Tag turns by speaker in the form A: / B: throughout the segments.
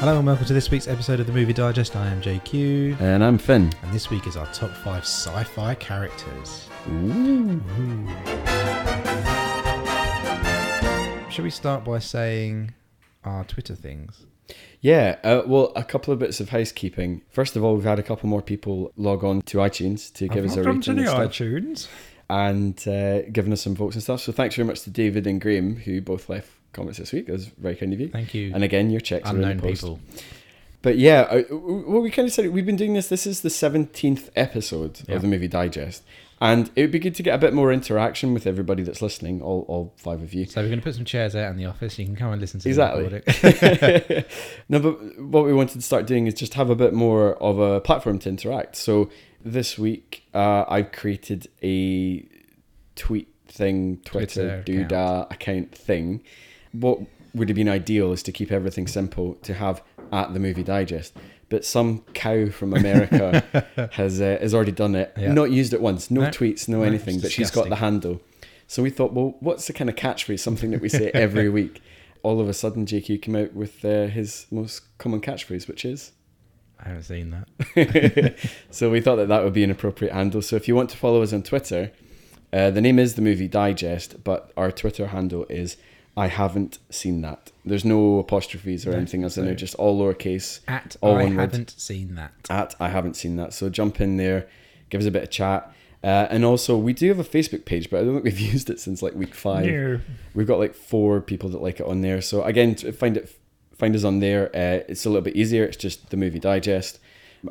A: Hello and welcome to this week's episode of the Movie Digest. I am JQ,
B: And I'm Finn.
A: and this week is our top five sci-fi characters.
B: Ooh.
A: Should we start by saying our Twitter things?
B: Yeah, uh, well, a couple of bits of housekeeping. First of all, we've had a couple more people log on to iTunes to give us a
A: Welcome
B: rating
A: to
B: and,
A: the
B: stuff,
A: iTunes.
B: and uh, giving us some votes and stuff. So thanks very much to David and Graham, who both left comments this week. That was very kind of you.
A: Thank you,
B: And again, your checks are in
A: unknown
B: the post.
A: people.
B: But yeah, uh, well, we kind of said it. We've been doing this. This is the seventeenth episode
A: Yeah.
B: of the Movie Digest, and it would be good to get a bit more interaction with everybody that's listening. All, all five of you.
A: So we're going to put some chairs out in the office. You can come and listen to
B: Exactly.
A: the recording.
B: no, but what we wanted to start doing is just have a bit more of a platform to interact. So this week, uh, I've created a tweet thing, Twitter,
A: Twitter
B: doodah account thing. What would have been ideal is to keep everything simple to have at the movie digest. But some cow from America has uh, has already done it.
A: Yeah.
B: Not used it once. No
A: No.
B: tweets, no
A: No,
B: anything.
A: it's
B: But she's got the handle. So we thought, well, what's the kind of catchphrase? Something that we say every week. All of a sudden, JQ came out with uh, his most common catchphrase, which is.
A: I haven't seen that.
B: so we thought that that would be an appropriate handle. So if you want to follow us on Twitter, uh, the name is the Movie Digest, but our Twitter handle is I haven't seen that. There's no apostrophes or
A: No,
B: anything else in
A: no.
B: there, just all lowercase
A: At
B: All
A: I
B: one word.
A: haven't seen that.
B: at I haven't seen that. So jump in there, give us a bit of chat. Uh, and also, we do have a Facebook page, but I don't think we've used it since like week five. We've got like four people that like it on there. So again, t- find it, find us on there. Uh, it's a little bit easier. It's just the movie digest.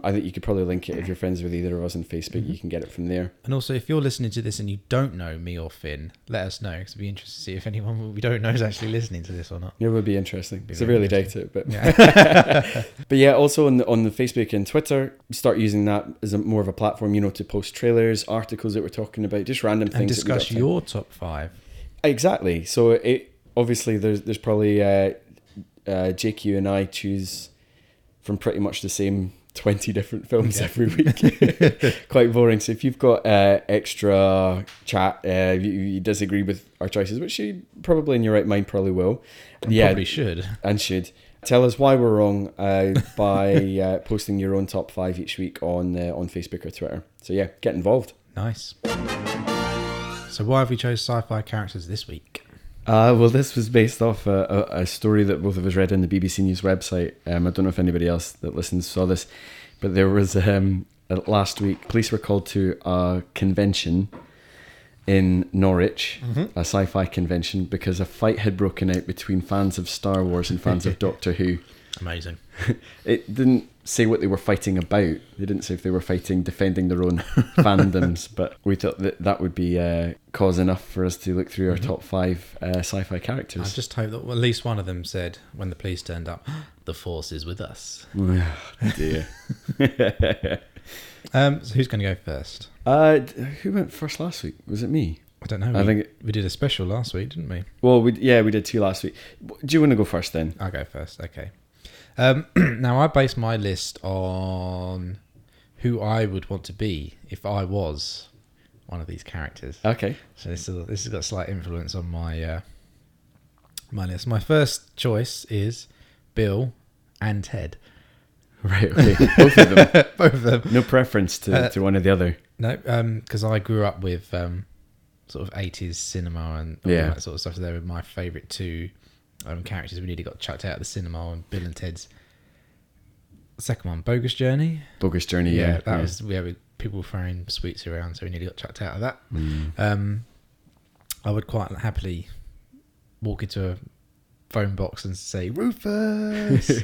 B: I think you could probably link it if you're friends with either of us on Facebook.
A: Mm-hmm.
B: You can get it from there.
A: And also, if you're listening to this and you don't know me or Finn, let us know because it'd be interesting to see if anyone we don't know is actually listening to this or not.
B: It would be interesting.
A: Be
B: so
A: very
B: really doubt it, but but yeah. Also on the on the Facebook and Twitter, start using that as a, more of a platform. You know, to post trailers, articles that we're talking about, just random
A: And
B: things. that we got
A: discuss
B: time
A: your top five.
B: Exactly. So it obviously there's there's probably uh, uh, JQ and I choose from pretty much the same twenty different films
A: Yeah.
B: every week. Quite boring. So if you've got uh, extra chat, uh, you, you disagree with our choices, which you probably in your right mind probably will. Yeah,
A: Probably should.
B: and should tell us why we're wrong uh, by uh, posting your own top five each week on uh, on Facebook or Twitter. So yeah, get involved.
A: Nice. So why have we chose sci-fi characters this week?
B: Uh, well, this was based off a, a, a story that both of us read on the BBC News website. Um, I don't know if anybody else that listens saw this, but there was um, uh, last week, police were called to a convention in Norwich,
A: Mm-hmm.
B: a sci fi convention, because a fight had broken out between fans of Star Wars and fans of Doctor Who.
A: Amazing.
B: It didn't say what they were fighting about, they didn't say if they were fighting, defending their own fandoms, but we thought that that would be uh, cause enough for us to look through our top five uh, sci fi
A: Mm-hmm. I
B: characters.
A: just hope that at least one of them said when the police turned up, "The force is with us."
B: dear.
A: Um, so who's going to go first?
B: uh, d- who went first last week? Was it me?
A: I don't know. We,
B: I think.
A: we did a special last week, didn't we?
B: Well, we yeah, we did two last week. W- Do you want to go first then?
A: I'll go first. Okay. Um, now I base my list on who I would want to be if I was one of these characters.
B: Okay.
A: So this is, this has got slight influence on my uh, my list. My first choice is Bill and Ted.
B: Right. Okay. Both of them.
A: Both of them.
B: No preference to,
A: Uh,
B: to one or the other.
A: No, because I grew up with um, sort of eighties cinema and all
B: Yeah.
A: that sort of stuff. So they were my favourite two um, characters. We nearly got chucked out of the cinema and Bill and Ted's second one, Bogus Journey.
B: Bogus journey. Yeah.
A: that was yeah, with people throwing sweets around, so we nearly got chucked out of that.
B: Mm.
A: Um, I would quite happily walk into a phone box and say Rufus.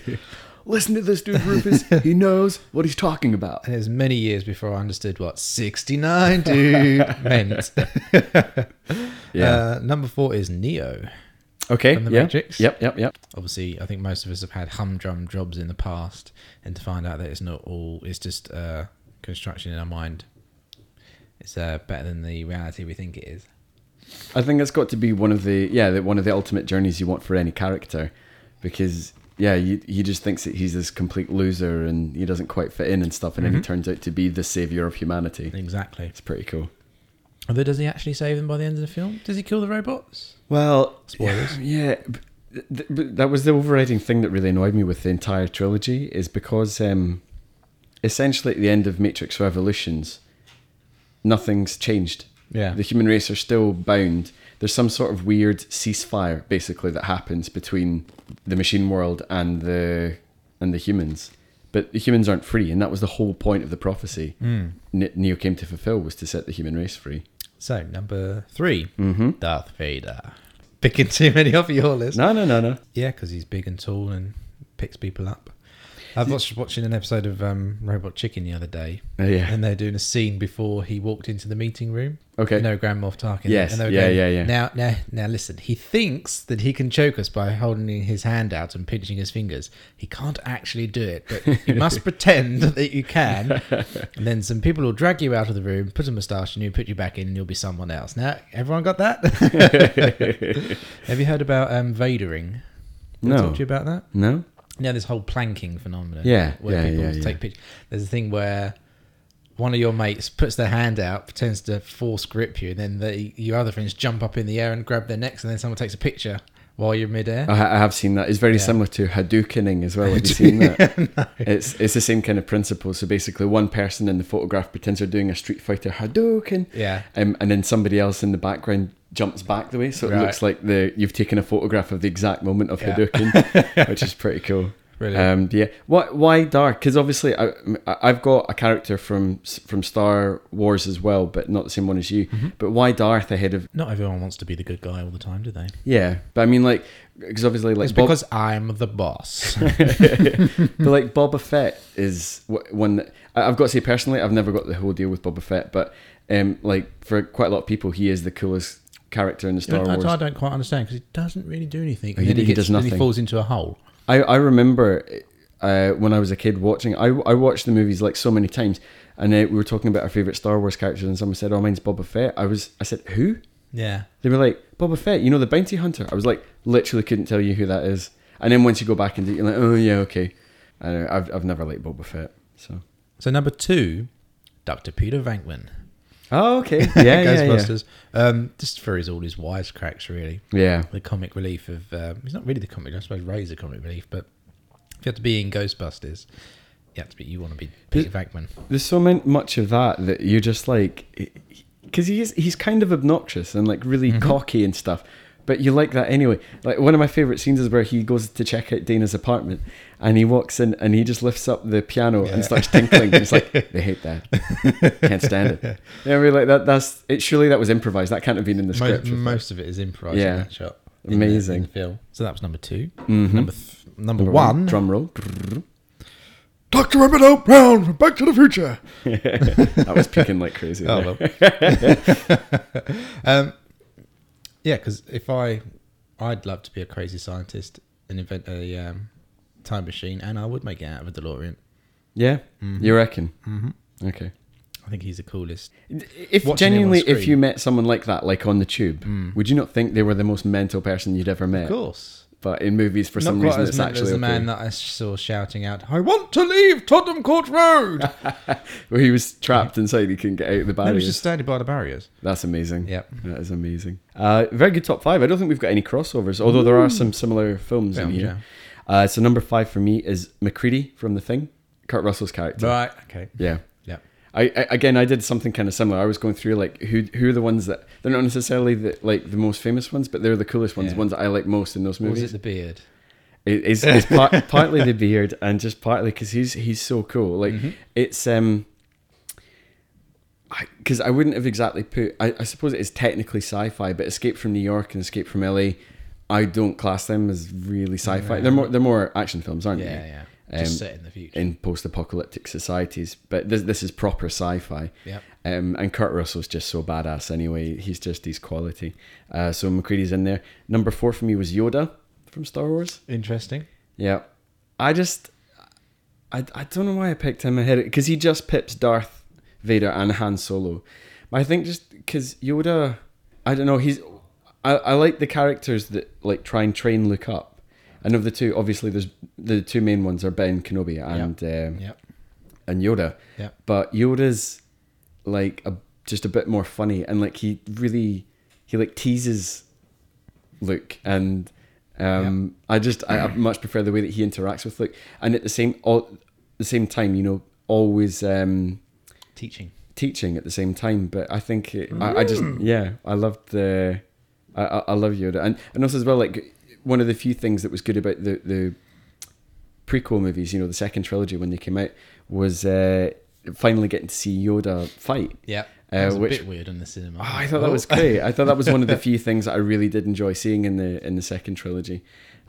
B: Listen to this dude, Rufus. he knows what he's talking about.
A: and it was many years before I understood what sixty nine dude meant.
B: Yeah.
A: Uh, number four is Neo.
B: okay.
A: from The
B: yeah.
A: Matrix?
B: Yep. Yep. Yep.
A: Obviously, I think most of us have had humdrum jobs in the past, and to find out that it's not all, it's just uh, construction in our mind. It's uh, better than the reality we think it is.
B: I think that's got to be one of the yeah the, one of the ultimate journeys you want for any character, because yeah you, he just thinks that he's this complete loser and he doesn't quite fit in and stuff, and then he turns out to be the savior of humanity.
A: Exactly.
B: It's pretty cool.
A: Although, does he actually save them by the end of the film? Does he kill the robots?
B: Well,
A: Spoilers.
B: yeah, b- th- but that was the overriding thing that really annoyed me with the entire trilogy is because um, essentially at the end of Matrix Revolutions, nothing's changed.
A: Yeah.
B: The human race are still bound. There's some sort of weird ceasefire basically that happens between the machine world and the and the humans. But the humans aren't free, and that was the whole point of the prophecy
A: Hmm.
B: Ne- Neo came to fulfill was to set the human race free.
A: So number 3
B: Mm-hmm.
A: Darth Vader. Picking too many off your list.
B: No, no, no, no.
A: Yeah, because he's big and tall and picks people up. I was watching an episode of um, Robot Chicken the other day,
B: Oh, yeah.
A: and they're doing a scene before he walked into the meeting room.
B: Okay.
A: you know Grand Moff Tarkin.
B: Yes,
A: and they were
B: yeah, yeah, yeah.
A: Now, now, now, listen. He thinks that he can choke us by holding his hand out and pinching his fingers. He can't actually do it, but you must pretend that you can. And then some people will drag you out of the room, put a moustache on you, put you back in, and you'll be someone else. Now, everyone got that? Have you heard about um, Vadering? Did I
B: No.
A: talk to you about that?
B: No?
A: you know this whole planking phenomenon.
B: Yeah,
A: where
B: yeah,
A: people
B: yeah, yeah.
A: take pictures. There's a thing where one of your mates puts their hand out, pretends to force grip you, and then the, your other friends jump up in the air and grab their necks, and then someone takes a picture while you're midair.
B: I, ha- I have seen that. It's very
A: Yeah.
B: similar to Hadoukening as well. Have you seen that? It's it's the same kind of principle. So basically, one person in the photograph pretends they're doing a Street Fighter Hadouken,
A: Yeah.
B: um, and then somebody else in the background jumps back the way, so it
A: Right.
B: looks like the you've taken a photograph of the exact moment of
A: Yeah.
B: Hadouken, which is pretty cool.
A: Brilliant.
B: Um, yeah. Why why dark? Because obviously, I I- I've got a character from s- from Star Wars as well, but not the same one as you.
A: Mm-hmm.
B: But why Darth ahead of
A: Not everyone wants to be the good guy all the time, do they?
B: yeah? But I mean, like, because obviously, like
A: It's
B: Bob-
A: because I'm the boss.
B: but like Boba Fett is wh- one that I- I've got to say personally, I've never got the whole deal with Boba Fett, but um, like for quite a lot of people, he is the coolest character in the Star
A: I,
B: Wars.
A: I don't quite understand because he doesn't really do anything.
B: Oh, he
A: and then
B: d- he does
A: then
B: nothing.
A: he falls into a hole.
B: I, I remember uh, when I was a kid watching. I I watched the movies like so many times, and uh, we were talking about our favorite Star Wars characters, and someone said, "Oh, mine's Boba Fett." I was I said, "Who?"
A: Yeah.
B: They were like, "Boba Fett, you know the bounty hunter." I was like, literally couldn't tell you who that is. And then once you go back and do, it, you're like, "Oh yeah, okay." I don't know, I've I've never liked Boba Fett, so.
A: So number two, Dr. Peter Venkman.
B: Oh okay, yeah, yeah, yeah.
A: Ghostbusters. Um, just for his all his wisecracks, really.
B: Yeah.
A: the comic relief of um, he's not really the comic. I suppose Ray's a comic relief, but if you had to be in Ghostbusters, you have to be. You want to be Peter Venkman.
B: There's so mon- much of that that you're just like, because he's he's kind of obnoxious and like really
A: Mm-hmm.
B: cocky and stuff. But you like that anyway. Like one of my favorite scenes is where he goes to check out Dana's apartment, and he walks in and he just lifts up the piano
A: Yeah.
B: and starts tinkling. It's like they hate that, can't stand it. Yeah, I mean, like that. That's it. Surely that was improvised. That can't have been in the
A: Most,
B: script.
A: most of it is improvised
B: Yeah.
A: in that shot. in the- in
B: Amazing.
A: the film. So that was number 2
B: Mhm.
A: Number th- number one.
B: drum roll.
A: Doctor Robert Brown from Back to the Future.
B: that was peaking like crazy. there.
A: Oh well. Oh, um, yeah, because if I, I'd love to be a crazy scientist and invent a um, time machine, and I would make it out of a DeLorean.
B: Yeah, you reckon?
A: Mhm.
B: Okay.
A: I think he's the coolest. Watching
B: If
A: him on
B: genuinely, if
A: screen. Hmm.
B: you met someone like that, like on the tube, would you not think they were the most mental person you'd ever met?
A: Of course.
B: But in movies, for some reason, it's
A: mental
B: actually
A: as the
B: okay.
A: man that I saw shouting out, "I want to leave Tottenham Court Road."
B: Where he was trapped inside, he couldn't get out of the
A: he was
B: barriers.
A: just standing by the barriers.
B: That's amazing.
A: Yep.
B: that is amazing. Uh, very good top five. I don't think we've got any crossovers, although there are some similar films
A: Films,
B: in here. Uh, so number five for me is McCready from The Thing, Kurt Russell's character.
A: Right. Okay.
B: Yeah.
A: Yep.
B: I, I again I did something kind of similar. I was going through like who who are the ones that they're not necessarily the, like the most famous ones, but they're the coolest ones,
A: Yeah.
B: ones that I like most in those
A: Or Was it
B: movies.
A: the beard?
B: It- it's it's par- partly the beard and just partly because he's he's so cool. Like
A: Mm-hmm.
B: it's um, because I, wouldn't have exactly put. I, I suppose it is technically sci-fi, but Escape from New York and Escape from LA, I don't class them as really sci-fi. They're more they're more action films, aren't they?
A: Yeah, yeah. Just
B: Um,
A: set in the future.
B: in post-apocalyptic societies. But this this is proper sci-fi.
A: Yep.
B: Um, and Kurt Russell's just so badass. Anyway, he's just he's quality. Uh, so McCready's in there. Number four for me was Yoda from Star Wars.
A: Interesting.
B: Yeah, I just I, I don't know why I picked him ahead because he just pips Darth Vader and Han Solo. But I think just because Yoda, I don't know. He's I, I like the characters that like try and train Luke up. And of the two, obviously, there's the two main ones are Ben Kenobi and um,
A: Yep.
B: and Yoda.
A: Yep.
B: But Yoda's like a, just a bit more funny and like he really he like teases Luke and Um, I just I, I much prefer the way that he interacts with Luke, and at the same all the same time, you know, always um,
A: Teaching.
B: teaching at the same time. But I think it, I, I just
A: Mm.
B: yeah, I loved the I, I I love Yoda, and and also as well like one of the few things that was good about the the prequel movies, you know, the second trilogy when they came out was uh, finally getting to see Yoda fight.
A: Yeah.
B: Uh,
A: That was a
B: which-
A: bit weird in the cinema.
B: Oh, I thought that was great. I thought that was one of the few things that I really did enjoy seeing in the in the second trilogy.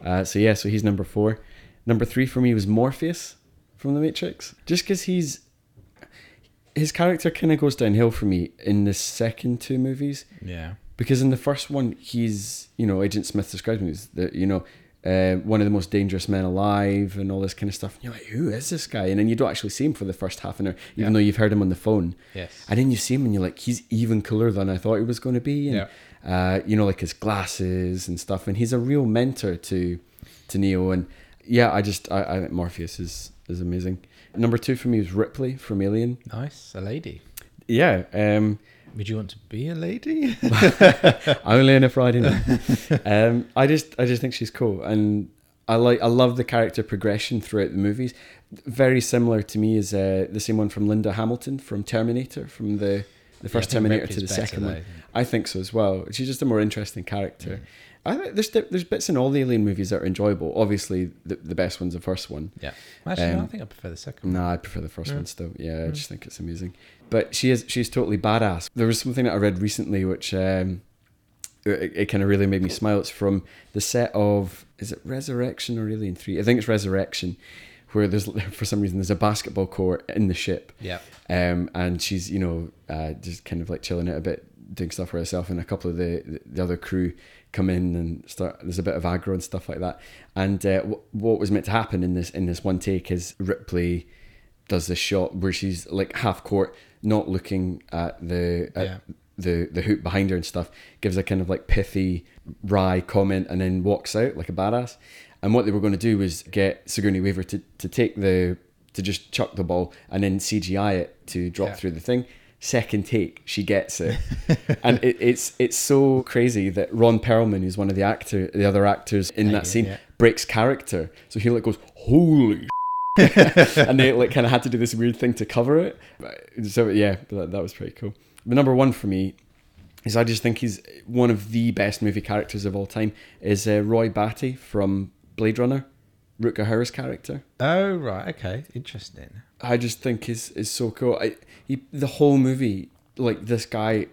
B: Uh, so yeah, so he's number four. Number three for me was Morpheus from The Matrix, just because he's his character kind of goes downhill for me in the second two movies
A: Yeah.
B: because in the first one he's you know Agent Smith describes him as the you know. Uh, one of the most dangerous men alive, and all this kind of stuff. And you're like, who is this guy? And then you don't actually see him for the first half an hour, even
A: Yeah.
B: though you've heard him on the phone.
A: Yes.
B: And then you see him and you're like, he's even cooler than I thought he was going to be. And, uh, you know, like his glasses and stuff. And he's a real mentor to to Neo. And yeah, I just, I, I think Morpheus is, is amazing. Number two for me was Ripley from Alien.
A: Nice. A lady.
B: Yeah. Um,
A: Would you want to be a lady?
B: only on a Friday night. um, I just I just think she's cool, and I like I love the character progression throughout the movies. Very similar to me is uh, the same one from Linda Hamilton from Terminator, from the the first
A: I think
B: Terminator
A: Ripley's
B: to the
A: better,
B: second
A: though.
B: one. I think so as well. She's just a more interesting character. I think there's there's bits in all the Alien movies that are enjoyable. Obviously, the, the best one's the first one.
A: yeah. Actually, no, I
B: Um,
A: think I prefer the second.
B: No, I prefer the first
A: Yeah.
B: one still. Yeah, I just think it's amazing. But she is she's totally badass. There was something that I read recently which um, it, it kind of really made me smile. It's from the set of is it Resurrection or Alien Three? I think it's Resurrection, where there's for some reason there's a basketball court in the ship.
A: Yeah.
B: Um, and she's you know uh, just kind of like chilling out a bit, doing stuff for herself, and a couple of the the other crew come in and start. There's a bit of aggro and stuff like that. And uh, w- what was meant to happen in this in this one take is Ripley does this shot where she's like half court, not looking at the at
A: Yeah.
B: the the hoop behind her and stuff. Gives a kind of like pithy, wry comment, and then walks out like a badass. And what they were going to do was get Sigourney Weaver to to take the to just chuck the ball and then CGI it to drop
A: Yeah.
B: through the thing. Second take, she gets it, and it, it's it's so crazy that Ron Perlman, who's one of the actor, the other actors in
A: Yeah,
B: that
A: yeah,
B: scene,
A: yeah.
B: breaks character. So he like goes, "Holy and they like kind of had to do this weird thing to cover it. So yeah, but that, that was pretty cool. But number one for me is I just think he's one of the best movie characters of all time is uh, Roy Batty from Blade Runner, Rutger Hauer's character.
A: Oh, right. Okay. Interesting.
B: I just think is is so cool. I, he, the whole movie, like this guy,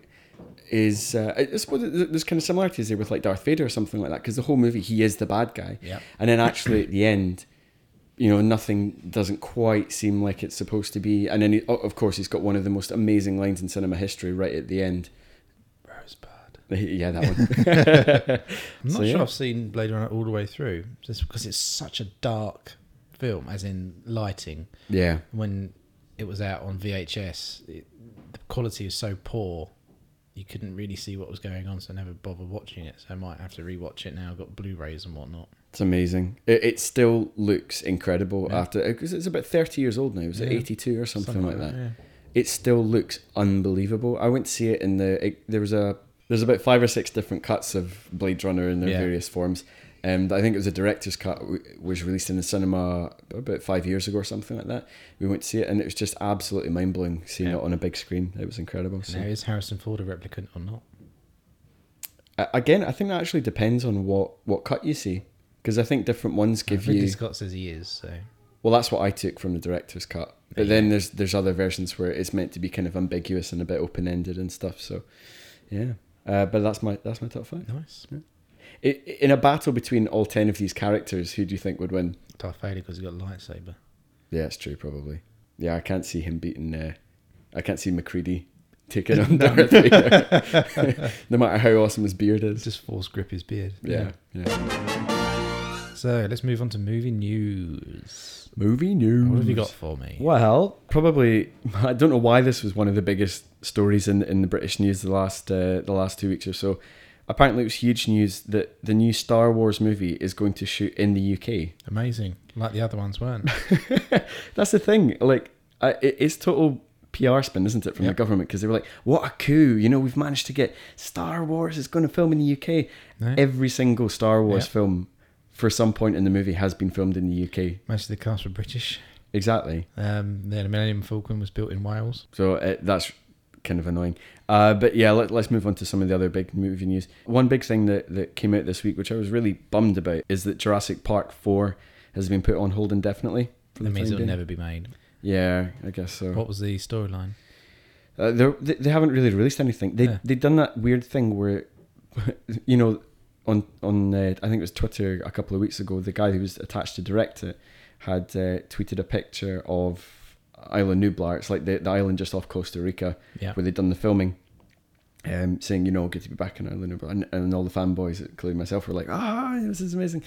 B: is uh, I I suppose th- there's kind of similarities there with like Darth Vader or something like that. Because the whole movie, he is the bad guy,
A: Yep.
B: and then actually at the end, you know, nothing doesn't quite seem like it's supposed to be. And then, he, o- of course, he's got one of the most amazing lines in cinema history right at the end.
A: Rosebud.
B: Yeah, that one.
A: I'm not
B: So,
A: sure
B: yeah.
A: I've seen Blade Runner all the way through, just because it's such a dark film, as in lighting.
B: yeah,
A: When it was out on VHS, it, the quality was so poor, you couldn't really see what was going on, so I never bothered watching it. So I might have to rewatch it now. I've got Blu-rays and whatnot.
B: it's amazing. It, it still looks incredible after because it's about thirty years old now. Is it
A: Yeah.
B: eighty two or something, like that?
A: yeah.
B: it still looks unbelievable. I went to see it in the it, there was a there's about five or six different cuts of Blade Runner in their
A: Yeah.
B: various forms. Um, I think it was a director's cut w- was released in the cinema about five years ago or something like that. We went to see it and it was just absolutely mind blowing seeing
A: Yeah.
B: it on a big screen. It was incredible.
A: Now,
B: So,
A: is Harrison Ford a replicant or not?
B: A- again, I think that actually depends on what what cut you see because I think different ones give
A: Ridley
B: you.
A: Scott says he is, so
B: Well, that's what I took from the director's cut. But then there's there's other versions where it's meant to be kind of ambiguous and a bit open ended and stuff. So, yeah. Uh, but that's my that's my top five.
A: nice.
B: I in a battle between all ten of these characters, who do you think would win?
A: Darth Vader because he got a lightsaber.
B: Yeah, it's true, probably. Yeah, I can't see him beating. Uh, I can't see McCready taking on Darth Vader, no matter how awesome his beard is.
A: Just force grip his beard.
B: Yeah, yeah.
A: So let's move on to movie news.
B: Movie news.
A: What have you got for me?
B: Well, probably. I don't know why this was one of the biggest stories in in the British news the last uh, the last two weeks or so. Apparently, it was huge news that the new Star Wars movie is going to shoot in the UK.
A: Amazing, like the other ones weren't.
B: That's the thing. Like, I, it, it's total PR spin, isn't it, from
A: Yeah.
B: the government? Because they were like, "What a coup! You know, we've managed to get Star Wars is going to film in the UK.
A: Yeah.
B: Every single Star Wars
A: Yeah.
B: film for some point in the movie has been filmed in the UK.
A: Most of the cast were British.
B: Exactly.
A: Um, then the Millennium Falcon was built in Wales.
B: So uh, that's kind of annoying. Uh, but yeah, let, us move on to some of the other big movie news. One big thing that, that came out this week, which I was really bummed about, is that Jurassic Park 4 has been put on hold indefinitely. for the
A: That means
B: time
A: it'll
B: being.
A: never be made.
B: Yeah, I guess so.
A: What was the storyline?
B: Uh, they're- they they haven't really released anything. They
A: Yeah.
B: they've done that weird thing where, you know, on on uh, I think it was Twitter a couple of weeks ago. The guy who was attached to direct it had uh, tweeted a picture of Island Nublar. It's like the the island just off Costa Rica
A: Yeah.
B: where they'd done the filming. Um, saying you know good to be back in Island Nublar, and, and all the fanboys, including myself, were like, ah, this is amazing.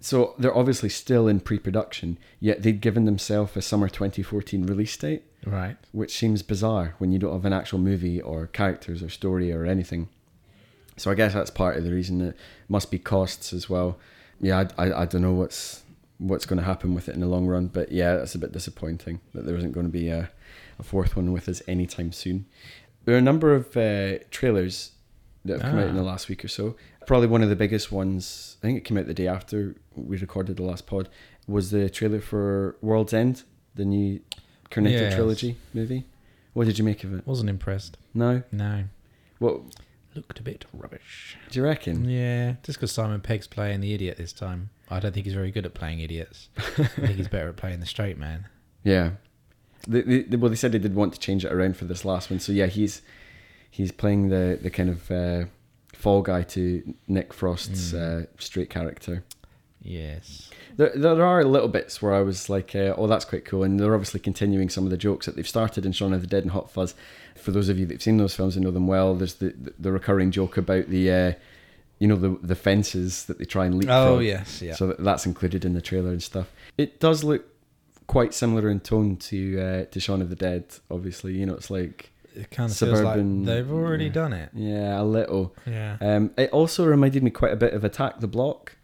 B: So they're obviously still in pre-production, yet they'd given themselves a summer 2014 release date
A: Right.
B: which seems bizarre when you don't have an actual movie or characters or story or anything. So I guess that's part of the reason it must be costs as well. Yeah, I, I, I don't know what's what's going to happen with it in the long run, but yeah, that's a bit disappointing that there isn't going to be a, a fourth one with us anytime soon. There are a number of uh, trailers that have come out in
A: Ah.
B: the last week or so. Probably one of the biggest ones, I think it came out the day after we recorded the last pod, was the trailer for World's End, the new Cornetto
A: Yes.
B: trilogy movie. What did you make of it?
A: Wasn't impressed.
B: No?
A: No.
B: What
A: Looked a bit rubbish.
B: do you reckon?
A: Yeah, just because Simon Pegg's playing the idiot this time. I don't think he's very good at playing idiots. I think he's better at playing the straight man.
B: Yeah. They, they, they- well, they said they did want to change it around for this last one. So yeah, he's he's playing the the kind of uh, fall guy to Nick Frost's uh, straight character.
A: Yes.
B: There, there are little bits where I was like, uh, oh, that's quite cool. And they're obviously continuing some of the jokes that they've started in Shaun of the Dead and Hot Fuzz. For those of you that've seen those films and know them well, there's the, the, the recurring joke about the, uh, you know, the, the fences that they try and leap
A: Oh,
B: through.
A: yes, yeah.
B: So that, that's included in the trailer and stuff. It does look quite similar in tone to uh, to Shaun of the Dead, obviously. You know, it's like,
A: It kind of
B: Suburban-
A: feels like they've already
B: yeah.
A: done it.
B: yeah, a little.
A: Yeah.
B: Um, it also reminded me quite a bit of Attack the Block.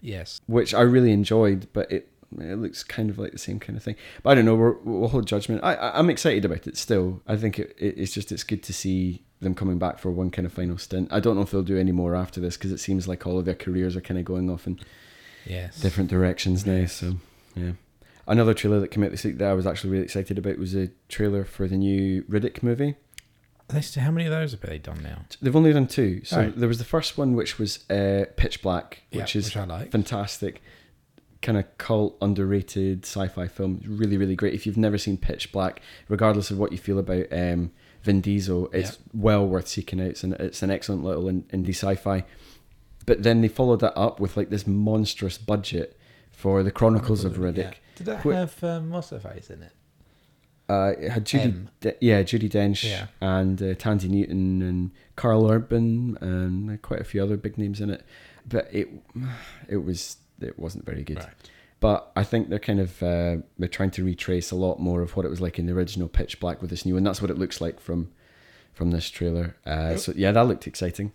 A: yes.
B: which I really enjoyed, but it it looks kind of like the same kind of thing. But I don't know. We're, we'll hold judgment. I, I I'm excited about it still. I think it, it it's just it's good to see them coming back for one kind of final stint. I don't know if they'll do any more after this because it seems like all of their careers are kind of going off in
A: Yes.
B: different directions now. So yeah. Another trailer that came out this week that I was actually really excited about was a trailer for the new Riddick movie.
A: They s- How many of those have they done now?
B: They've only done two. So
A: Right.
B: there was the first one, which was uh, Pitch Black,
A: Yeah,
B: which is
A: which I like.
B: fantastic, kind of cult underrated sci-fi film. It's Really, really great. If you've never seen Pitch Black, regardless of what you feel about um, Vin Diesel, it's well worth seeking out. It's an, it's an excellent little in, indie sci-fi. But then they followed that up with like this monstrous budget for the Chronicles of Riddick.
A: Yeah. Did that
B: Quick-
A: have um, what's her face in it?
B: Uh, it had Judy,
A: M.
B: De- yeah, Judy Dench
A: Yeah.
B: and uh, Tandy Newton and Carl Urban and quite a few other big names in it, but it it was it wasn't very good.
A: Right.
B: But I think they're kind of uh, they're trying to retrace a lot more of what it was like in the original Pitch Black with this new, and that's what it looks like from from this trailer. Uh, so yeah, that looked exciting.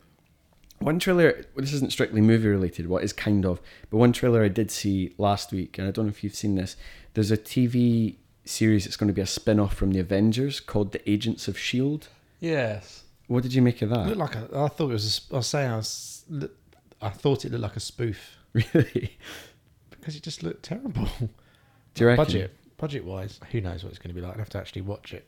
B: One trailer, well, this isn't strictly movie related, what is kind of, but one trailer I did see last week, and I don't know if you've seen this. There's a TV series that's going to be a spin off from the Avengers called The Agents of S.H.I.E.L.D.
A: Yes.
B: E What did you make of that?
A: Looked like a, I thought it was. A, sp- I was saying I was. look- I thought it looked like a spoof
B: really?
A: because it just looked terrible.
B: Do you reckon?
A: budget, budget wise, who knows what it's going to be like? I have to actually watch it.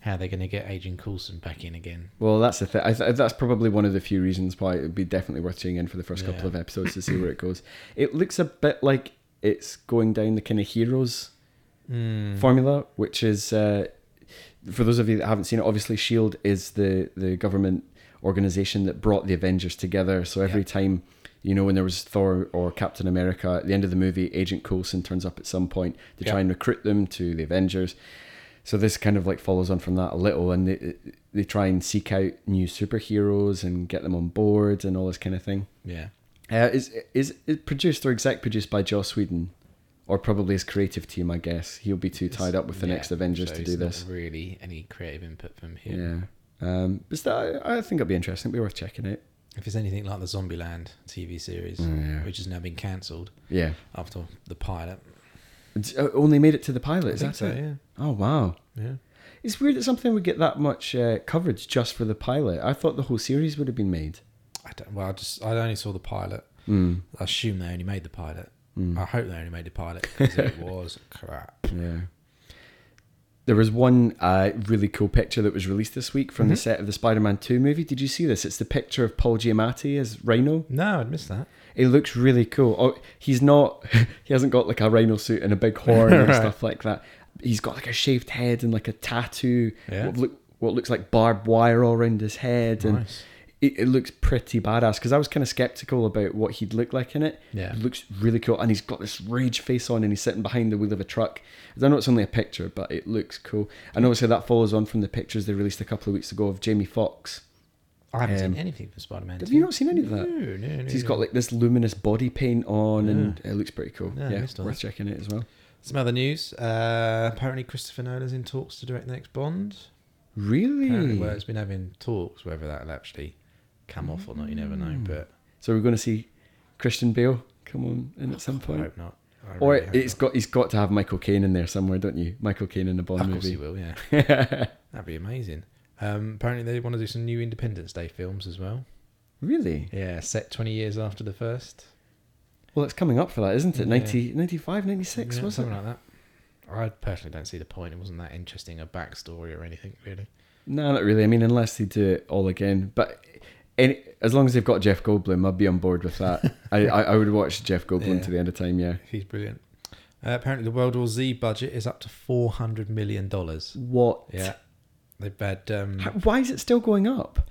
A: How they're going to get Agent Coulson back in again?
B: Well, that's the thing. I th- that's probably one of the few reasons why it would be definitely worth tuning in for the first couple
A: Yeah.
B: of episodes to see where it goes. It looks a bit like it's going down the kind of heroes
A: Mm. Hmm.
B: formula, which is uh, for those of you that haven't seen it. Obviously, Shield E is the the government organization that brought the Avengers together. So every
A: Yeah.
B: time. You know, when there was Thor or Captain America, at the end of the movie, Agent Coulson turns up at some point to try
A: Yeah.
B: and recruit them to the Avengers. So this kind of like follows on from that a little, and they they try and seek out new superheroes and get them on board and all this kind of thing.
A: Yeah.
B: Uh, is is it produced or exec produced by Joss Whedon, or probably his creative team? I guess he'll be too tied up with the
A: Yeah,
B: next Avengers
A: so
B: to
A: it's
B: do
A: not
B: this.
A: Really, any creative input from him?
B: Yeah, um, but still, I, I think it'll be interesting. It'll be worth checking out.
A: If it's anything like the Zombieland TV series,
B: Mm, yeah.
A: which has now been cancelled
B: Yeah,
A: after the pilot,
B: it's, uh, only made it to the pilot. Is
A: I think
B: that
A: so,
B: it?
A: yeah.
B: Oh wow,
A: yeah.
B: it's weird that something would get that much uh, coverage just for the pilot. I thought the whole series would have been made.
A: I don't, well, I just I only saw the pilot.
B: Mm.
A: I assume they only made the pilot.
B: Mm.
A: I hope they only made the pilot because it was crap.
B: Yeah. There was one uh, really cool picture that was released this week
A: Mm-hmm.
B: from the set of the Spider-Man 2 movie. Did you see this? It's the picture of Paul Giamatti as Rhino.
A: No, I'd missed that.
B: It looks really cool. Oh, he's not. He hasn't got like a rhino suit and a big horn and
A: Right.
B: stuff like that. He's got like a shaved head and like a tattoo.
A: Yeah.
B: What, look, what looks like barbed wire all around his head, and
A: Nice.
B: it, it looks pretty badass. Because I was kind of skeptical about what he'd look like in it.
A: Yeah.
B: It looks really cool, and he's got this rage face on, and he's sitting behind the wheel of a truck. I know it's only a picture, but it looks cool. And obviously that follows on from the pictures they released a couple of weeks ago of Jamie Fox.
A: I haven't
B: Um,
A: seen anything for Spider Man.
B: Have you not seen any of that?
A: No, no, no.
B: So he's
A: no.
B: got like this luminous body paint on, and it looks pretty cool.
A: Yeah,
B: Yeah,
A: I missed all
B: worth checking it as well.
A: some other news. Uh, apparently, Christopher Nolan's in talks to direct the next Bond. Apparently, well,
B: Really?
A: it's been having talks. Whether that'll actually come off or not, you never know. But
B: So we're going to see Christian Bale come on in at some
A: I
B: point,
A: hope not. I
B: Mm. or
A: really hope
B: it's got he's got to have Michael Caine in there somewhere, don't you? Michael Caine in a
A: not.
B: Bond
A: Of course he
B: movie.
A: will. Yeah, that'd be amazing. Um, apparently, they want to do some new Independence Day films as well.
B: really?
A: Yeah, set 20 years after the first.
B: Well, it's coming up for that, isn't it?
A: Yeah.
B: 90, 95, 96,
A: Yeah,
B: was it?
A: something like that. I personally don't see the point. It wasn't that interesting a backstory or anything, really.
B: No, not really. I mean, unless they do it all again, but. Any, as long as they've got Jeff Goldblum, I'd be on board with that. I, I, I would watch Jeff Goldblum
A: Yeah.
B: to the end of time. Yeah.
A: He's brilliant. Uh, apparently, the World War Z budget is up to $400 million.
B: What?
A: Yeah. They've had. Um,
B: How- Why is it still going up?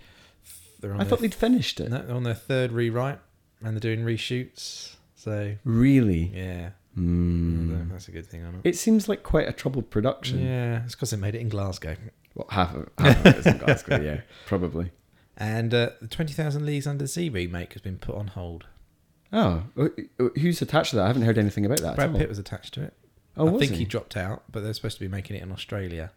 A: they're on
B: I
A: their
B: thought they'd finished it.
A: No, they're on their third rewrite and they're doing reshoots. So,
B: Really?
A: yeah. I don't know
B: Mm.
A: if that's a good thing or not.
B: It seems like quite a troubled production.
A: Yeah, it's because they made it in Glasgow.
B: Well, half of, half of it is in Glasgow, yeah, probably.
A: And uh, the 20,000 Leagues Under the Sea remake has been put on hold.
B: Oh, wh- who's attached to that? I haven't heard anything about that.
A: Brad
B: at all.
A: Pitt was attached to it.
B: Ah, Oh,
A: I
B: was
A: think
B: he?
A: he dropped out, but they're supposed to be making it in Australia.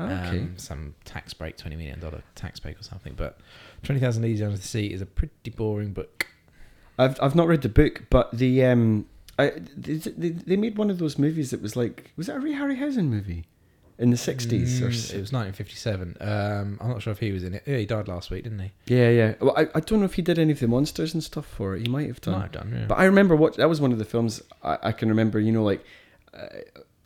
B: Oh, okay.
A: um, some tax break, twenty million dollar tax break or something. But Twenty Thousand Leagues Under the Sea is a pretty boring book.
B: I've I've not read the book, but the um, I, they, they they made one of those movies that was like, was that a Ray Harryhausen movie in the sixties or?
A: Mm, it
B: s-
A: was nineteen fifty seven. Um, I'm not sure if he was in it. Yeah, he died last week, didn't he?
B: Yeah, yeah. Well, I, I don't know if he did any of the monsters and stuff for it. He might have done.
A: Might have done. Yeah.
B: But I remember what that was one of the films I, I can remember. You know, like uh,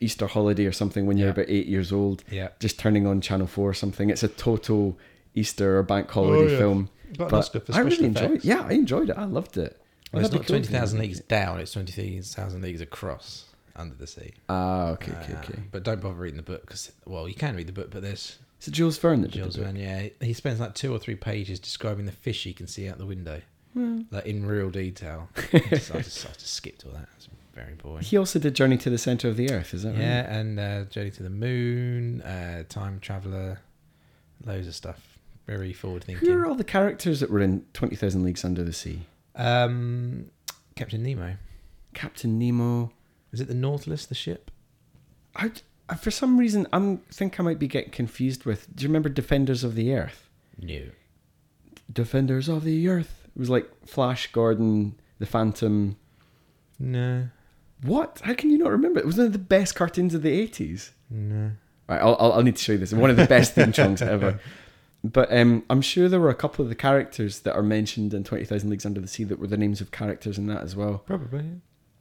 B: Easter holiday or something when you're
A: Yeah.
B: about eight years old,
A: yeah,
B: just turning on Channel Four or something. It's a total Easter or bank holiday
A: Oh, yeah.
B: film.
A: got
B: But I really enjoyed. it. Yeah, I enjoyed it. I loved it.
A: Well, it's
B: That'd be
A: not
B: cool if
A: Twenty Thousand
B: they
A: Leagues Down. It's Twenty Thousand Leagues Across Under the Sea.
B: Ah, okay, okay,
A: Uh,
B: okay.
A: But don't bother reading the book because well, you can read the book, but there's
B: Is it Jules Verne that did
A: Jules
B: the book?
A: Verne. Yeah, he spends like two or three pages describing the fish he can see out the window, like in real detail. I, just, I just I just skipped all that. It's very boring.
B: He also did Journey to the Center of the Earth. Is that right?
A: Yeah, and uh, Journey to the Moon, uh, Time Traveler, loads of stuff. Very forward
B: Who are
A: thinking.
B: all the characters that were in Twenty Thousand Leagues Under the Sea?
A: Um, Captain Nemo.
B: Captain Nemo.
A: Is it the Nautilus, the ship?
B: I, I for some reason I'm think I might be getting confused with. Do you remember Defenders of the Earth?
A: No.
B: Defenders of the Earth. It was like Flash Gordon, the Phantom.
A: No.
B: What? How can you not remember? It was one of the best cartoons of the eighties.
A: No.
B: Right, I'll, I'll, I'll need to show you this. One of the best theme songs ever. But um, I'm sure there were a couple of the characters that are mentioned in Twenty Thousand Leagues Under the Sea that were the names of characters in that as well.
A: Probably.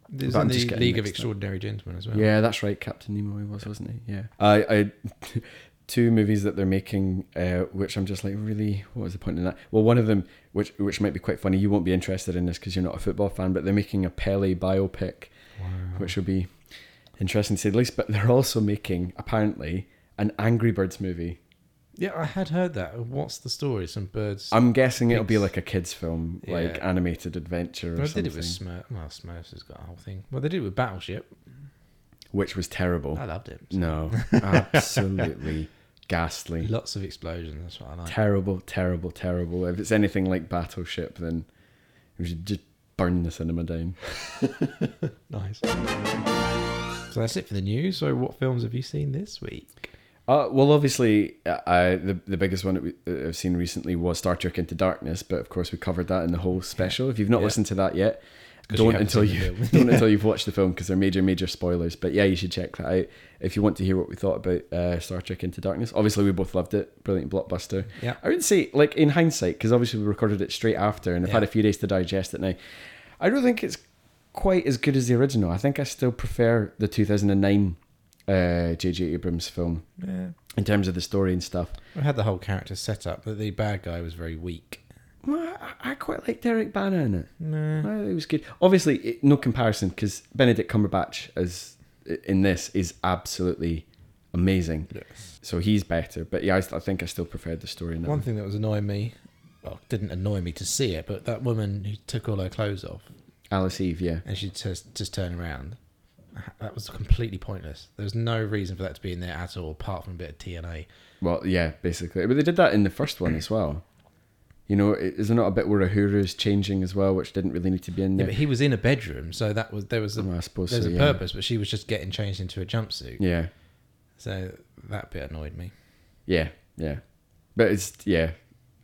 A: There's
B: But I'm
A: the
B: just getting
A: League of
B: mixed up.
A: Extraordinary Gentlemen as well.
B: Yeah, that's right. Captain Nemo he was, wasn't he? Yeah. um, I, I two movies that they're making, uh, which I'm just like, really, what was the point in that? Well, one of them, which which might be quite funny. You won't be interested in this because you're not a football fan, but they're making a Pele biopic,
A: Wow.
B: which will be interesting to say the least. But they're also making apparently an Angry Birds movie.
A: Yeah, I had heard that. What's the story? Some birds.
B: I'm guessing it'll be
A: Pigs.
B: like a kids' film, like
A: Yeah.
B: animated adventure or
A: Well, they
B: something,
A: did it with Smurf. Well, Smurfs has got a whole thing. Well, they did it with Battleship.
B: which was terrible.
A: I loved it.
B: No, absolutely ghastly.
A: Lots of explosions. That's what I like.
B: terrible, terrible, terrible. If it's anything like Battleship, then we should just burn the cinema down.
A: Nice. So that's it for the news. So, what films have you seen this week?
B: Uh, well, obviously, uh, I, the the biggest one that we, that I've seen recently was Star Trek Into Darkness, but of course we covered that in the whole special. If you've not
A: Yeah.
B: listened to that yet,
A: 'Cause you
B: don't
A: haven't
B: until
A: seen the
B: you
A: film.
B: don't until you've watched the film because they're major major spoilers. But yeah, you should check that out if you want to hear what we thought about uh, Star Trek Into Darkness. Obviously, we both loved it. Brilliant blockbuster.
A: Yeah.
B: I would say, like in hindsight, because obviously we recorded it straight after, and I've
A: Yeah.
B: had a few days to digest it now. I don't think it's quite as good as the original. I think I still prefer the 2009 uh, J.J. Abrams film
A: Yeah.
B: in terms of the story and stuff.
A: I had the whole character set up, but the bad guy was very weak.
B: Well, I, I quite like Derek Banner in it.
A: Nah.
B: I think it was good. Obviously, it, no comparison because Benedict Cumberbatch as in this is absolutely amazing.
A: Yes.
B: So he's better, but yeah, I, st- I think I still preferred the story. In that
A: One
B: one.
A: thing that was annoying me, well, didn't annoy me to see it, but that woman who took all her clothes off
B: Alice Eve, yeah.
A: and she just just turned around. That was completely pointless. There was no reason for that to be in there at all, apart from a bit of TNA.
B: Well, yeah, basically. But they did that in the first one as well. You know, i- is there not a bit where Uhura's changing as well, which didn't really need to be in
A: Yeah,
B: there?
A: but he was in a bedroom, so that was there was a
B: Well, I suppose
A: there's
B: so,
A: a
B: yeah.
A: purpose, but she was just getting changed into a jumpsuit.
B: Yeah,
A: So that bit annoyed me.
B: yeah, yeah. But it's yeah.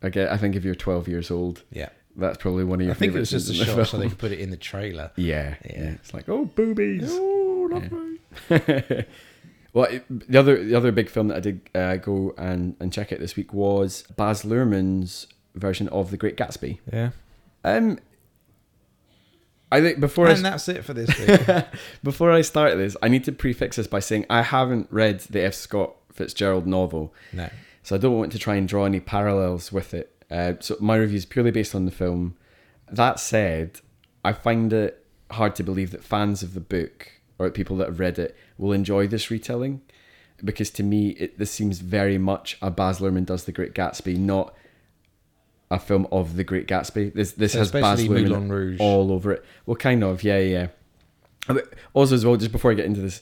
B: I get. I think if you're 12 years old,
A: Yeah,
B: that's probably one of your.
A: I think it was
B: favourite
A: just a
B: scenes in the
A: shot so
B: film.
A: they could put it in the trailer.
B: Yeah,
A: Yeah.
B: yeah. It's like, oh, boobies.
A: Oh,
B: well, it, the other the other big film that I did uh, go and, and check out this week was Baz Luhrmann's version of The Great Gatsby.
A: Yeah,
B: Um, I think before I,
A: and that's it for this week.
B: before I start this, I need to prefix this by saying I haven't read the F. Scott Fitzgerald novel,
A: no,
B: so I don't want to try and draw any parallels with it. Uh, so my review is purely based on the film. That said, I find it hard to believe that fans of the book or people that have read it will enjoy this retelling, because to me, it, this seems very much a Baz Luhrmann does the Great Gatsby, not a film of the Great Gatsby. This this
A: So
B: has Baz
A: especially
B: Luhrmann
A: Moulin Rouge.
B: all over it. Well, kind of, yeah, yeah. But Also, as well, just before I get into this,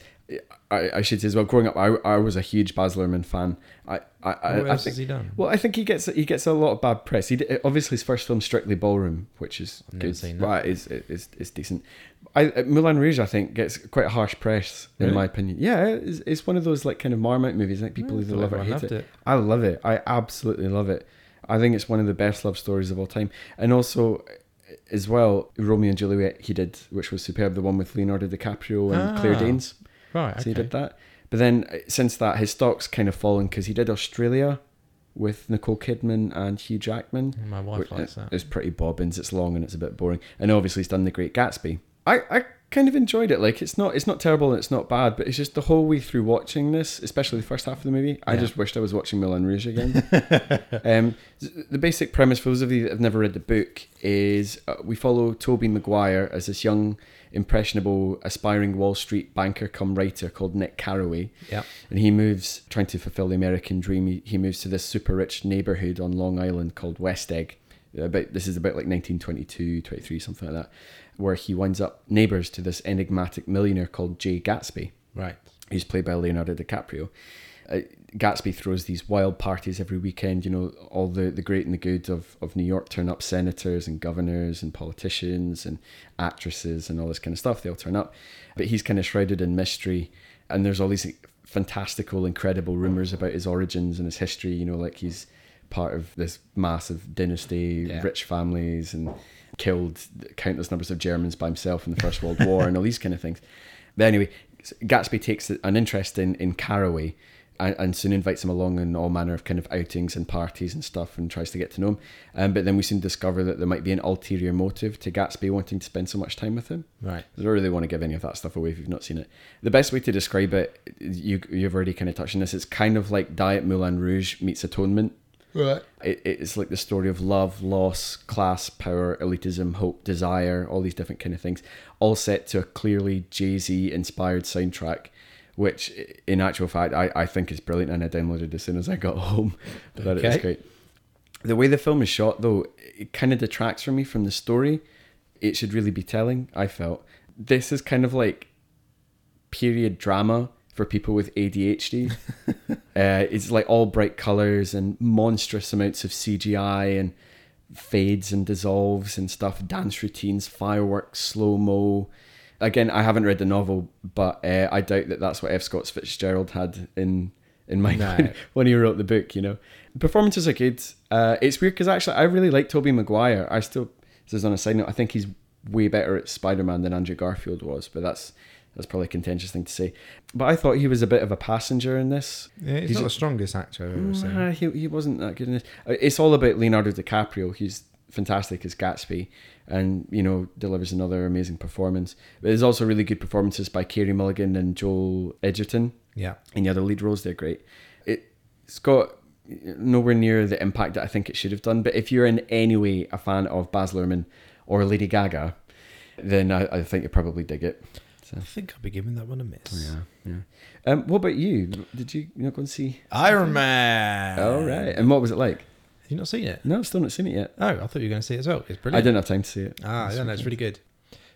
B: I, I should say as well. Growing up, I, I was a huge Baz Luhrmann fan. I I, I,
A: what
B: I
A: else
B: think
A: has he done?
B: well, I think he gets he gets a lot of bad press. He did, obviously his first film, Strictly Ballroom, which is
A: I've never
B: good.
A: seen that.
B: Well, it's, it's it's decent. I uh, Moulin Rouge, I think, gets quite a harsh press in
A: Really?
B: my opinion. Yeah, it's, it's one of those like kind of Marmite movies. Like people
A: Yeah, I
B: either
A: thought
B: love it or
A: Hmm, everyone
B: hate it.
A: loved it.
B: I love it. I absolutely love it. I think it's one of the best love stories of all time. And also, as well, Romeo and Juliet he did, which was superb. The one with Leonardo DiCaprio and Claire
A: Ah.
B: Danes.
A: Right, okay.
B: So he did that. But then uh, since that, his stock's kind of fallen because he did Australia with Nicole Kidman and Hugh Jackman.
A: My wife
B: which-
A: likes that.
B: It's pretty bobbins. It's long and it's a bit boring. And obviously he's done The Great Gatsby. I, I kind of enjoyed it. Like it's not it's not terrible and it's not bad, but it's just the whole way through watching this, especially the first half of the movie, I
A: Yeah.
B: just wished I was watching Moulin Rouge again. um, the basic premise for those of you that have never read the book is uh, we follow Toby Maguire as this young, impressionable, aspiring Wall Street banker come writer called Nick Carraway
A: Yeah,
B: and he moves trying to fulfill the american dream he, he moves to this super rich neighborhood on long island called west egg about this is about like 1922 23 something like that where he winds up neighbors to this enigmatic millionaire called jay gatsby
A: right.
B: who's played by leonardo dicaprio uh, gatsby throws these wild parties every weekend you know all the, the great and the good of, of new york turn up senators and governors and politicians and actresses and all this kind of stuff they all turn up but he's kind of shrouded in mystery and there's all these fantastical, incredible rumors about his origins and his history. You know, like he's part of this massive dynasty,
A: Yeah.
B: rich families, and killed countless numbers of Germans by himself in the First World War, and all these kind of things. But anyway, Gatsby takes an interest in in Caraway. And and soon invites him along in all manner of kind of outings and parties and stuff, and tries to get to know him. Um, but then we soon discover that there might be an ulterior motive to Gatsby wanting to spend so much time with him.
A: Right.
B: I don't really want to give any of that stuff away if you've not seen it. The best way to describe it, you you've already kind of touched on this. It's kind of like Diet Moulin Rouge meets Atonement.
A: Right.
B: It, it's like the story of love, loss, class, power, elitism, hope, desire, all these different kind of things, all set to a clearly Jay Z inspired soundtrack, which in actual fact I, I think is brilliant, and I downloaded as soon as I got home. I thought it was
A: Okay.
B: great. The way the film is shot, though, it kind of detracts from me from the story it should really be telling, I felt. This is kind of like period drama for people with ADHD. uh, it's like all bright colors and monstrous amounts of CGI and fades and dissolves and stuff, dance routines, fireworks, slow mo. Again, I haven't read the novel, but uh, I doubt that that's what F. Scott Fitzgerald had in in mind
A: No.
B: when, when he wrote the book. You know, performances are good. Uh, it's weird because actually, I really like Toby Maguire. I still, this is on a side note, I think he's way better at Spider Man than Andrew Garfield was, but that's that's probably a contentious thing to say. But I thought he was a bit of a passenger in this.
A: Yeah, he's
B: He's
A: not
B: a-
A: the strongest actor I've ever seen.
B: Nah, he, he wasn't that good in this. Uh, It's all about Leonardo DiCaprio. He's fantastic as Gatsby, and you know delivers another amazing performance. But there's also really good performances by Kerry Mulligan and Joel Edgerton,
A: Yeah.
B: and yeah, the lead roles they're great. It's got nowhere near the impact that I think it should have done. But if you're in any way a fan of Baz Luhrmann or Lady Gaga, then I, I think you probably dig it.
A: I think I'll be giving that one a miss.
B: Oh, yeah. Um, what about you? Did you you know, go and see?
A: Iron Man.
B: All right. And what was it like?
A: Have you not seen it?
B: No, I've still not seen it yet.
A: Oh, I thought you were going to see it as well. It's
B: I
A: brilliant.
B: didn't have time to see it.
A: Ah,
B: This
A: yeah, no, it's
B: weekend.
A: really good.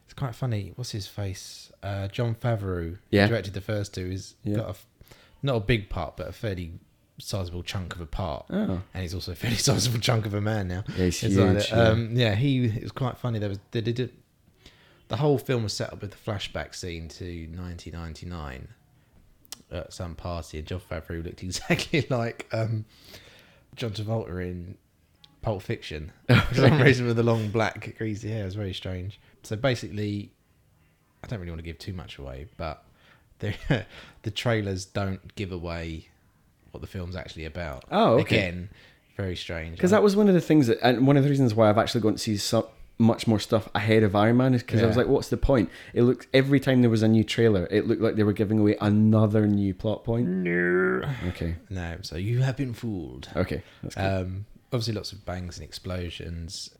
A: It's quite funny. What's his face? Uh, John Favreau,
B: Yeah.
A: who directed the first two, is
B: Yeah.
A: got a, f- not a big part, but a fairly sizable chunk of a part,
B: Oh,
A: and he's also a fairly sizable chunk of a man now.
B: yeah, it's
A: It's
B: huge.
A: like that.
B: yeah.
A: um, yeah, he it was quite funny. There was they did it. The whole film was set up with the flashback scene to 1999 at some party, and John Favreau looked exactly like um, John Travolta in Pulp Fiction for some reason with the long black greasy hair. It was very strange. So basically, I don't really want to give too much away, but the the trailers don't give away what the film's actually about.
B: Oh, okay.
A: Again, very strange.
B: Because that was one of the things that, and one of the reasons why I've actually gone to see so much more stuff ahead of Iron Man is because I was
A: Yeah.
B: like, what's the point? It looked every time there was a new trailer, it looked like they were giving away another new plot point. No. Okay.
A: No, so you have been fooled.
B: Okay. That's good.
A: Um, obviously, lots of bangs and explosions.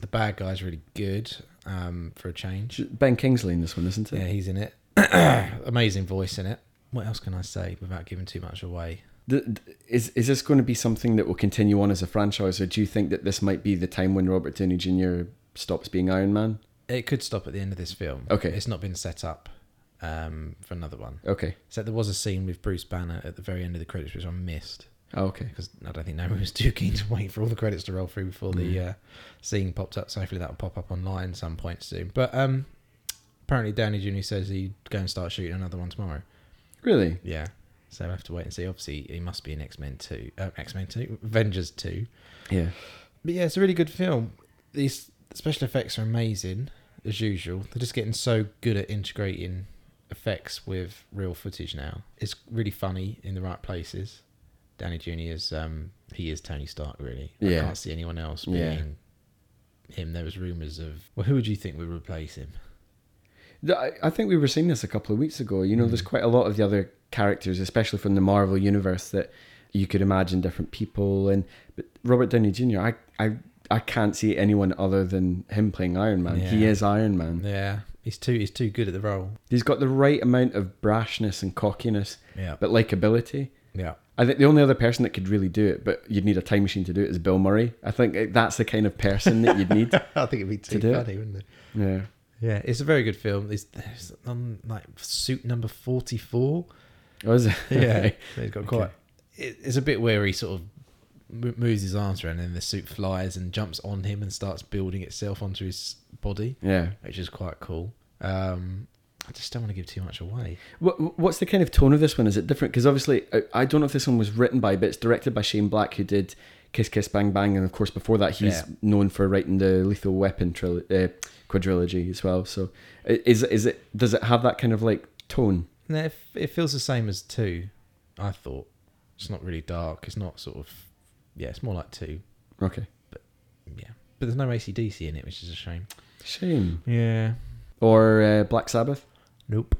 A: The bad guy's really good um, for a change.
B: ben Kingsley in this one, isn't it?
A: Yeah, he's in it. Amazing voice in it. What else can I say without giving too much away?
B: Th- th- Is is this going to be something that will continue on as a franchise, or do you think that this might be the time when Robert Downey Jr. stops being Iron Man?
A: It could stop at the end of this film.
B: Okay.
A: It's not been set up um, for another one.
B: Okay.
A: So there was a scene with Bruce Banner at the very end of the credits, which I missed
B: Oh, okay.
A: because I don't think no one was too keen to wait for all the credits to roll through before the uh, scene popped up. So hopefully that will pop up online some point soon. But um, apparently, Downey Jr. says he'd go and start shooting another one tomorrow.
B: Really?
A: Yeah. So I have to wait and see. Obviously, he must be in X Men Two, uh, X Men Two, Avengers Two.
B: Yeah.
A: But yeah, it's a really good film. These special effects are amazing as usual. They're just getting so good at integrating effects with real footage now. It's really funny in the right places. Danny Jr. is um, he is Tony Stark really. I
B: Yeah.
A: can't see anyone else being
B: Yeah.
A: him. There was rumors of well, who would you think would replace him?
B: Th- I I think we were seeing this a couple of weeks ago. You know, there's
A: Mm.
B: quite a lot of the other characters, especially from the Marvel universe, that you could imagine different people. And but Robert Downey Jr. I I I can't see anyone other than him playing Iron Man. He
A: Yeah.
B: is Iron Man.
A: Yeah, he's too he's too good at the role.
B: He's got the right amount of brashness and cockiness,
A: Yeah,
B: but likability.
A: yeah.
B: I think the only other person that could really do it, but you'd need a time machine to do it, is Bill Murray. I think it- that's the kind of person that you'd need.
A: I think it'd be too
B: do it.
A: funny, wouldn't it?
B: Yeah.
A: Yeah, it's a very good film. It's, it's on like suit number forty-four.
B: Was it?
A: Yeah, he's got quite.
B: Okay.
A: It, it's a bit where he sort of mo- moves his arms around, and the suit flies and jumps on him and starts building itself onto his body,
B: yeah.
A: which is quite cool. Um, I just don't want to give too much away.
B: What, what's the kind of tone of this one? Is it different? Because obviously, I, I don't know if this one was written by, but it's directed by Shane Black, who did Kiss Kiss Bang Bang, and of course before that, he's
A: Yeah.
B: known for writing the Lethal Weapon tril- uh, quadrilogy as well. So, i- is is it does it have that kind of like tone?
A: No, it, f- it feels the same as two. I thought it's not really dark. It's not sort of yeah. It's more like two.
B: Okay,
A: Yeah, but there's no ACDC in it, which is a shame.
B: shame
A: Yeah.
B: or uh, Black Sabbath?
A: Nope.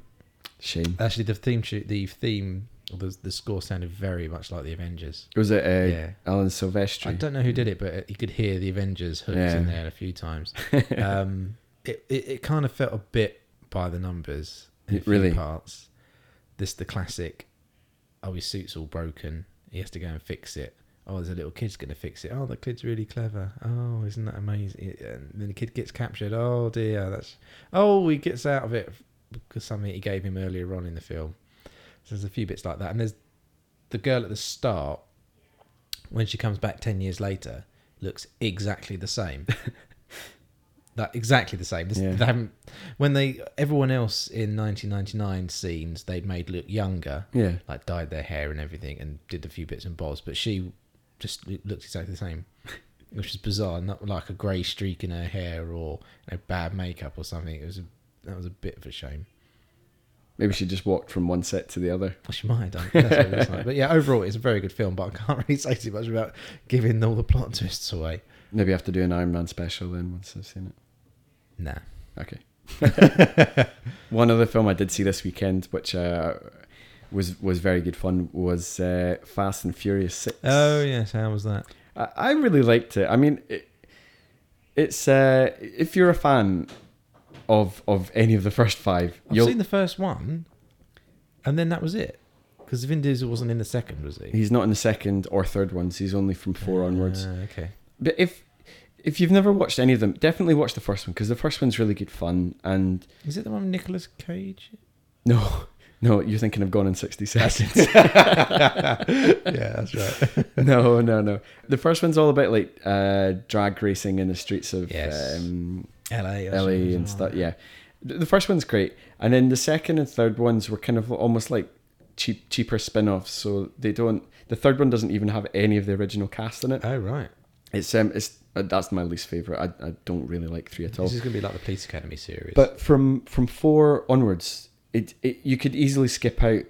B: Shame.
A: Actually, the theme tu- the theme or the the score sounded very much like the Avengers.
B: Was it uh,
A: Yeah.
B: Alan
A: I
B: Silvestri?
A: don't know who did it, but you could hear the Avengers hooks in
B: Yeah.
A: there a few times. um, it, it it kind of felt a bit by the numbers in a
B: It
A: few
B: really?
A: parts. This the classic. Oh, his suit's all broken. He has to go and fix it. Oh, there's a little kid's going to fix it. Oh, the kid's really clever. Oh, isn't that amazing? And then the kid gets captured. Oh dear, that's. Oh, he gets out of it because something he gave him earlier on in the film. So there's a few bits like that, and there's the girl at the start when she comes back 10 years later looks exactly the same that exactly the same this,
B: Yeah.
A: they haven't, when they everyone else in 1999 scenes they'd made look younger
B: Yeah.
A: like dyed their hair and everything and did a few bits and bobs but she just lo- looked exactly the same which is bizarre not like a grey streak in her hair or you know, bad makeup or something it was a, that was a bit of a shame
B: Maybe she just walked from one set to the other.
A: Well, she might have done. That's what it looks like. But yeah, overall, it's a very good film, but I can't really say too much about giving all the plot twists away.
B: Maybe I have to do an Iron Man special then once I've seen it.
A: Nah.
B: Okay. One other film I did see this weekend, which uh, was was very good fun, was uh, Fast and Furious Six.
A: Oh, yes. How was that?
B: I, I really liked it. I mean, it, it's uh, if you're a fan of of any of the first five,
A: I've
B: you'll
A: seen the first one, and then that was it. Because Vin Diesel wasn't in the second, was he?
B: he's not in the second or third ones. He's only from four onwards.
A: Ah, okay.
B: But if if you've never watched any of them, definitely watch the first one because the first one's really good fun. And
A: Is it the one with Nicolas Cage?
B: no, no, you're thinking of Gone in sixty seconds.
A: yeah, that's right.
B: no, no, no. The first one's all about like uh, drag racing in the streets of
A: Yes.
B: um,
A: LA.
B: LA and stuff. Yeah, Th- the first one's great, and then the second and third ones were kind of almost like cheap, cheaper spin-offs. So they don't. The third one doesn't even have any of the original cast in it.
A: Oh, right.
B: It's um, it's uh, that's my least favorite. I, I don't really like three at all.
A: This is going to be like the Police Academy series.
B: But from from four onwards, it, it you could easily skip out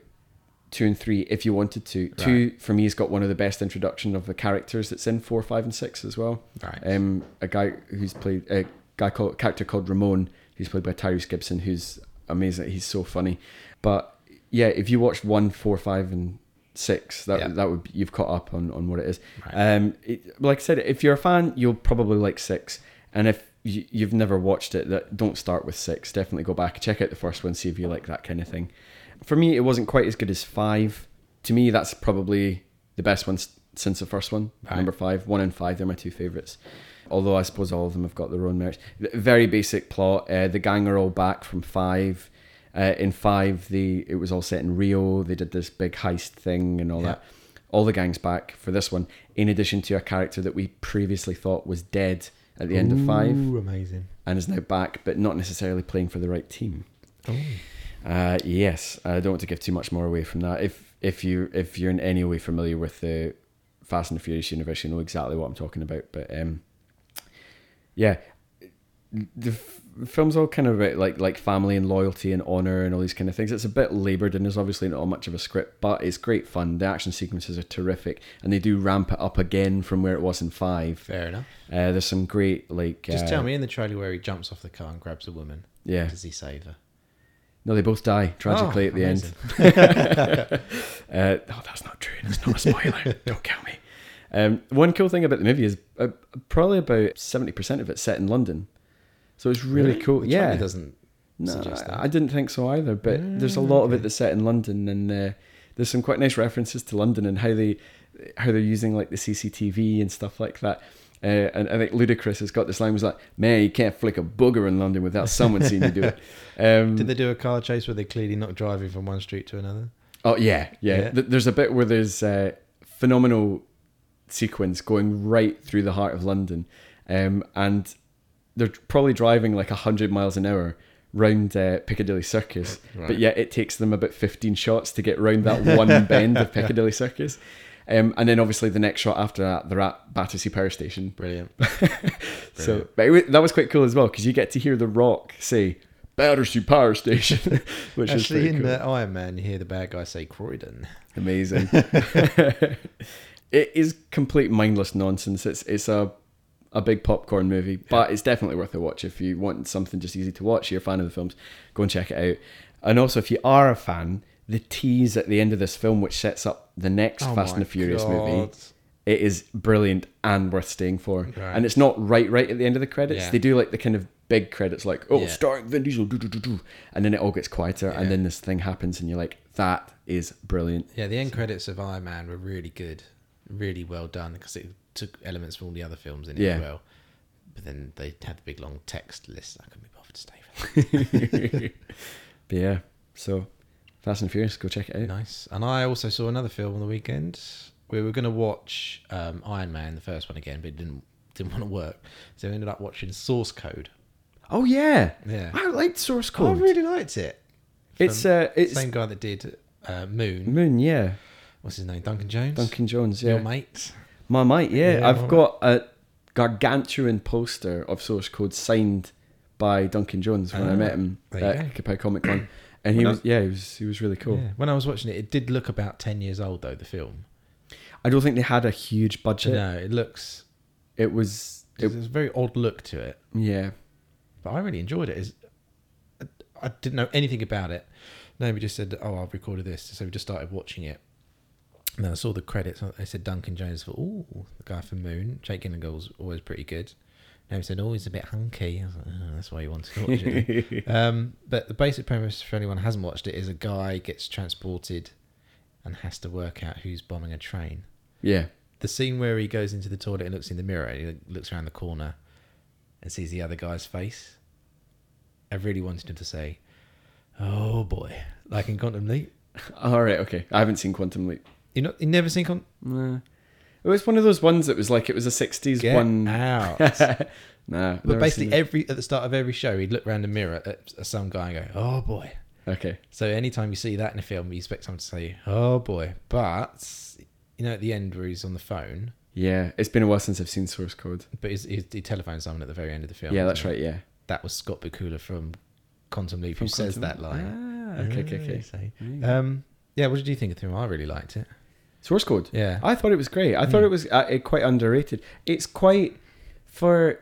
B: two and three if you wanted to. Two for me has got one of the best introduction of the characters that's in four, five, and six as well.
A: Right.
B: Um, a guy who's played a guy called character called Ramon, who's played by Tyrese Gibson, who's amazing. He's so funny. But yeah, if you watched one, four, five, and six, that
A: Yeah.
B: that would be, you've caught up on on what it is.
A: Right.
B: Um, it, like I said, if you're a fan, you'll probably like six, and if you, you've never watched it, that don't start with six. Definitely go back, check out the first one, see if you like that kind of thing. For me, it wasn't quite as good as five. To me, that's probably the best one s- since the first one.
A: Right.
B: Number five, one and five, they're my two favorites. Although I suppose all of them have got their own merits. Th- Very basic plot. Uh, the gang are all back from five. Uh, in five, the it was all set in Rio. They did this big heist thing and all
A: Yeah.
B: that. All the gangs back for this one. In addition to a character that we previously thought was dead at the end of five
A: Ooh, amazing.
B: and is now back, but not necessarily playing for the right team.
A: Oh,
B: Uh, yes, I don't want to give too much more away from that. If if you if you're in any way familiar with the Fast and the Furious universe, you know exactly what I'm talking about. But um, yeah, the f- film's all kind of about like like family and loyalty and honor and all these kind of things. It's a bit labored and there's obviously not much of a script, but it's great fun. The action sequences are terrific, and they do ramp it up again from where it was in five.
A: fair enough.
B: Uh, there's some great like
A: Just
B: uh,
A: tell me in the trailer where he jumps off the car and grabs a woman.
B: Yeah,
A: Does he save her?
B: no, they both die tragically
A: Oh,
B: at the end.
A: amazing.
B: Uh, no, that's not true. It's not a spoiler. Don't kill me. Um, one cool thing about the movie is uh, probably about seventy percent of it's set in London, so it's really, cool.
A: The trailer
B: yeah,
A: doesn't
B: no,
A: suggest that. Ah,
B: I, I didn't think so either. But there's a lot of it that's set in London, and uh, there's some quite nice references to London and how they how they're using like the CCTV and stuff like that. Uh, and I think Ludacris has got this line was like, "Man, you can't flick a booger in London without someone seeing you do it." Um,
A: Did they do a car chase where they're clearly not driving from one street to another?
B: Oh yeah, yeah.
A: Yeah.
B: Th- There's a bit where there's a phenomenal sequence going right through the heart of London, um, and they're probably driving like hundred miles an hour round uh, Piccadilly Circus,
A: Right.
B: but yet it takes them about fifteen shots to get round that one bend of Piccadilly Circus. Um, and then obviously the next shot after that, they're at Battersea Power Station.
A: Brilliant.
B: So but it, wa- that was quite cool as well because you get to hear The Rock say Battersea Power Station, which is
A: Actually,
B: pretty
A: in
B: cool.
A: uh, Iron Man, you hear the bad guy say Croydon.
B: Amazing. it is complete mindless nonsense. It's it's a a big popcorn movie, but it's definitely worth a watch if you want something just easy to watch. You're a fan of the films, go and check it out. And also, if you are a fan, the tease at the end of this film, which sets up the next
A: Oh
B: Fast
A: my
B: and the Furious movie,
A: God.
B: it is brilliant and worth staying for.
A: Right.
B: And it's not right right at the end of the credits.
A: Yeah.
B: They do like the kind of big credits, like oh,
A: Yeah.
B: starring Vin Diesel, do do do do, and then it all gets quieter,
A: Yeah.
B: and then this thing happens, and you're like, that is brilliant.
A: Yeah, the end credits of Iron Man were really good, really well done because it took elements from all the other films in it
B: Yeah.
A: as well. But then they had the big long text list. I couldn't be bothered to stay for
B: but yeah, so Fast and Furious, go check it
A: that.
B: out.
A: nice. And I also saw another film on the weekend. We were going to watch um, Iron Man, the first one again, but it didn't didn't want to work. So we ended up watching Source Code.
B: Oh yeah,
A: Yeah.
B: I liked Source
A: I
B: Code.
A: Oh, really liked it.
B: it's uh, it's
A: Same guy that did uh, Moon.
B: Moon, yeah,
A: What's his name? Duncan Jones.
B: Duncan Jones,
A: Your
B: yeah,
A: mate.
B: my mate, yeah.
A: Yeah, my
B: I've got a gargantuan poster of Source Code signed by Duncan Jones when I
A: Ah,
B: met him
A: there you
B: at Kapow Comic Con. and he
A: Well,
B: was yeah, he was he was really cool.
A: Yeah. When I was watching it, it did look about ten years old though. The film.
B: I don't think they had a huge budget.
A: No, it looks.
B: It was it,
A: There's a very odd look to it,
B: yeah.
A: but I really enjoyed it. It's, I- I didn't know anything about it. Nobody just said, "Oh, I've recorded this," so we just started watching it. And then I saw the credits. and They said Duncan Jones for oh, the guy from Moon. Jake Gyllenhaal's always pretty good. Nobody said, "Oh, he's a bit hunky." I was like, oh, "That's why you wanted to watch it." Um, but the basic premise for anyone who hasn't watched it is a guy gets transported and has to work out who's bombing a train.
B: yeah.
A: The scene where he goes into the toilet and looks in the mirror and he looks around the corner and sees the other guy's face. I really wanted him to say, "Oh boy," like in Quantum Leap.
B: All right. Okay. I haven't seen Quantum Leap.
A: You not you never seen Quantum?
B: Nah. It was one of those ones that was like it was a '60s
A: Get
B: one.
A: out.
B: nah.
A: but basically, every at the start of every show, he'd look around the mirror at at some guy and go, "Oh boy."
B: okay.
A: So anytime you see that in a film, you expect someone to say, "Oh boy!" But you know, at the end where he's on the phone,
B: Yeah, it's been a while since I've seen Source Code.
A: but he's, he's, he telephones someone at the very end of the film.
B: yeah,
A: doesn't
B: that's
A: he?
B: right. Yeah.
A: That was Scott Bakula from Quantum Leap who says that line.
B: Ah, okay, okay,
A: Ah,
B: okay.
A: so-
B: Right.
A: Um, yeah, what did you think of the film? I really liked it.
B: Source Code.
A: Yeah, Hmm.
B: I thought it was great. I thought it was uh, it quite underrated. It's quite for.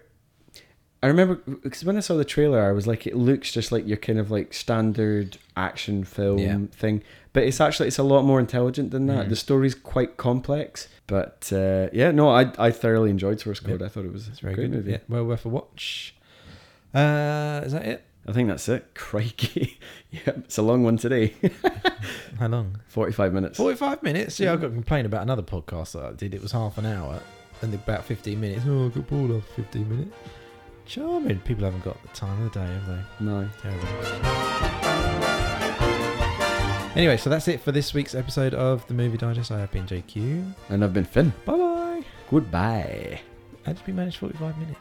B: I remember because when I saw the trailer, I was like, it looks just like your kind of like standard action film
A: Yeah.
B: thing, but it's actually it's a lot more intelligent than that.
A: Mhm.
B: The story's quite complex, but uh, yeah, no, I I thoroughly enjoyed Source Code. I thought it was
A: it's
B: a
A: very
B: great
A: good.
B: movie.
A: Yeah, well worth a watch. Uh, is that it?
B: I think that's it. Crikey, yeah, it's a long one today.
A: How long?
B: Forty-five minutes.
A: Forty-five minutes. Yeah, I got complained about another podcast that I did. It was half an hour and about fifteen minutes. Oh, I got bored after fifteen minutes. Charming. People haven't got the time of the day, have they?
B: No.
A: Terrible. Anyway, so that's it for this week's episode of the Movie Digest. I have been JQ.
B: And I've been Finn.
A: Bye bye.
B: Goodbye.
A: How did we manage 45 minutes?